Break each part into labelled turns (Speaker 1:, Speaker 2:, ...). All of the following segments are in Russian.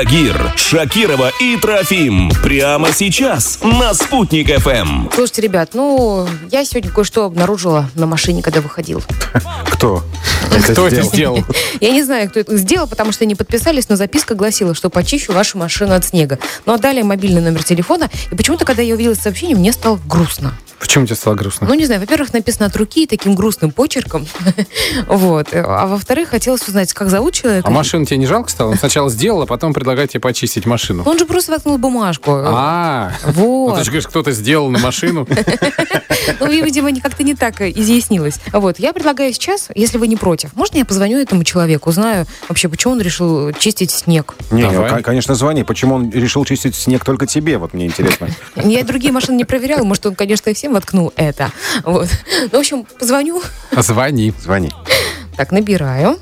Speaker 1: Тагир, Шакирова и Трофим. Прямо сейчас на Спутник ФМ.
Speaker 2: Слушайте, ребят, ну, я сегодня кое-что обнаружила на машине, когда выходил.
Speaker 3: Кто?
Speaker 4: Кто это сделал?
Speaker 2: Я не знаю, кто это сделал, потому что не подписались, но записка гласила, что почищу вашу машину от снега. Ну, а далее мобильный номер телефона. И почему-то, когда я увидела это сообщение, мне стало грустно.
Speaker 4: Почему тебе стало грустно?
Speaker 2: Ну, не знаю, во-первых, написано от руки таким грустным почерком. Вот. А во-вторых, хотелось узнать, как зовут человека.
Speaker 4: А машину тебе не жалко стало? Он сначала сделал, а потом предлагает тебе почистить машину.
Speaker 2: Он же просто воткнул бумажку.
Speaker 4: А, ну
Speaker 2: Ну, Вот.
Speaker 4: ты же говоришь, кто-то сделал на машину.
Speaker 2: Ну, ви- видимо, не- как-то не так изъяснилась. Вот, я предлагаю сейчас, если вы не против, можно я позвоню этому человеку, узнаю вообще, почему он решил чистить снег.
Speaker 3: Не, ну,
Speaker 4: Давай.
Speaker 3: кон- конечно, звони. Почему он решил чистить снег только тебе? Вот мне интересно.
Speaker 2: Я другие машины не проверяла, может, он, конечно, и всем воткнул это. Вот. Ну, в общем, позвоню.
Speaker 4: Звони.
Speaker 3: Звони.
Speaker 2: Так, набираю.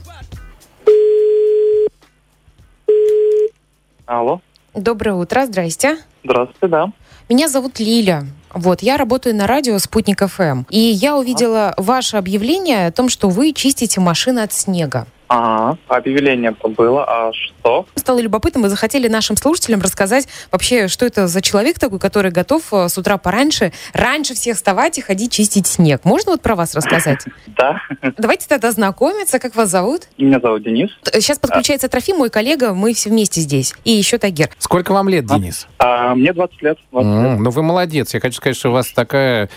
Speaker 5: Алло,
Speaker 2: Доброе утро, здрасте.
Speaker 5: здравствуйте, да.
Speaker 2: Меня зовут Лиля. Вот, я работаю на радио «Спутник ФМ». И я увидела ваше объявление о том, что вы чистите машины от снега.
Speaker 5: Ага, объявление-то А, было, а что?
Speaker 2: стало любопытно, мы захотели нашим слушателям рассказать вообще, что это за человек такой, который готов э, с утра пораньше, раньше всех вставать и ходить чистить снег. Можно вот про вас рассказать?
Speaker 5: Да,
Speaker 2: Давайте тогда знакомиться. Как вас зовут? э,
Speaker 5: меня зовут Денис.
Speaker 2: Сейчас подключается Трофим, мой коллега, мы все вместе здесь. И еще Тагир.
Speaker 4: Сколько вам лет, Денис?
Speaker 5: А, мне 20 лет. 20 лет.
Speaker 4: М, Ну, вы молодец. Я хочу сказать, что у вас такая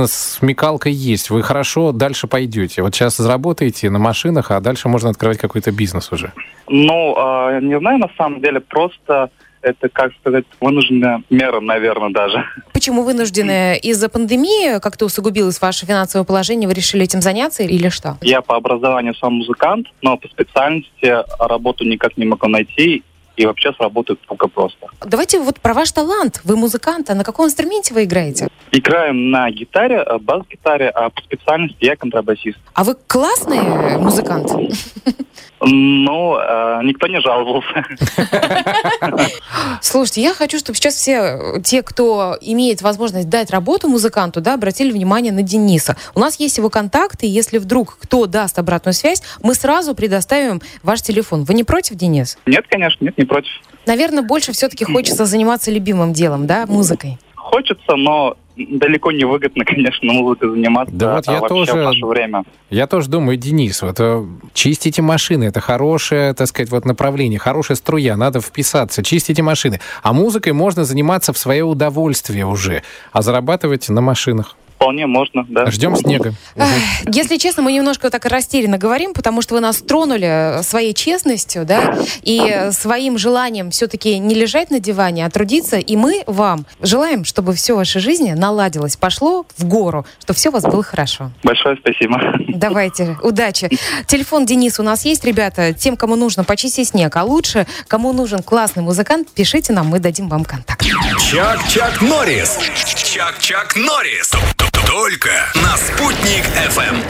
Speaker 4: бизнес-смекалка есть. Вы хорошо дальше пойдете. Вот сейчас заработаете на машинах, а дальше можно открывать какой-то бизнес уже.
Speaker 5: Ну, а, не знаю, на самом деле, просто это, как сказать, вынужденная мера, наверное, даже.
Speaker 2: Почему вынуждены из-за пандемии как-то усугубилось ваше финансовое положение, вы решили этим заняться или что?
Speaker 5: Я по образованию сам музыкант, но по специальности работу никак не могу найти, и вообще сработает только просто.
Speaker 2: Давайте вот про ваш талант. Вы музыкант, а на каком инструменте вы играете?
Speaker 5: Играю на гитаре, а, бас-гитаре, а по специальности я контрабасист.
Speaker 2: А вы классный э, музыкант?
Speaker 5: Ну, а, никто не жаловался.
Speaker 2: Слушайте, я хочу, чтобы сейчас все э, те, кто имеет возможность дать работу музыканту, да, обратили внимание на Дениса. У нас есть его контакты, и если вдруг кто даст обратную связь, мы сразу предоставим ваш телефон. Вы не против, Денис?
Speaker 5: Нет, конечно, нет, не против.
Speaker 2: Наверное, больше все-таки хочется заниматься любимым делом, да, музыкой.
Speaker 5: Хочется, но далеко не выгодно, конечно, музыкой заниматься.
Speaker 4: Да вот
Speaker 5: а
Speaker 4: я
Speaker 5: вообще
Speaker 4: тоже-
Speaker 5: в наше время.
Speaker 4: Я тоже думаю, Денис, вот э, чистите машины, это хорошее, так сказать, вот направление, хорошая струя, надо вписаться, чистите машины. А музыкой можно заниматься в свое удовольствие уже, а зарабатывать на машинах.
Speaker 5: Вполне можно, да.
Speaker 4: Ждем снега.
Speaker 2: Эх, Если честно, мы немножко так растерянно говорим, потому что вы нас тронули э, своей честностью, да, и э, своим желанием все-таки не лежать на диване, а трудиться. И мы вам желаем, чтобы все в вашей жизни наладилось, пошло в гору, чтобы все у вас было хорошо.
Speaker 5: Большое спасибо.
Speaker 2: Давайте, удачи. Телефон Дениса у нас есть, ребята. Тем, кому нужно почистить снег, а лучше, кому нужен классный музыкант, пишите нам, мы дадим вам контакт.
Speaker 1: Чак-Чак Норрис. Чак-Чак Норрис. Только на Спутник ФМ.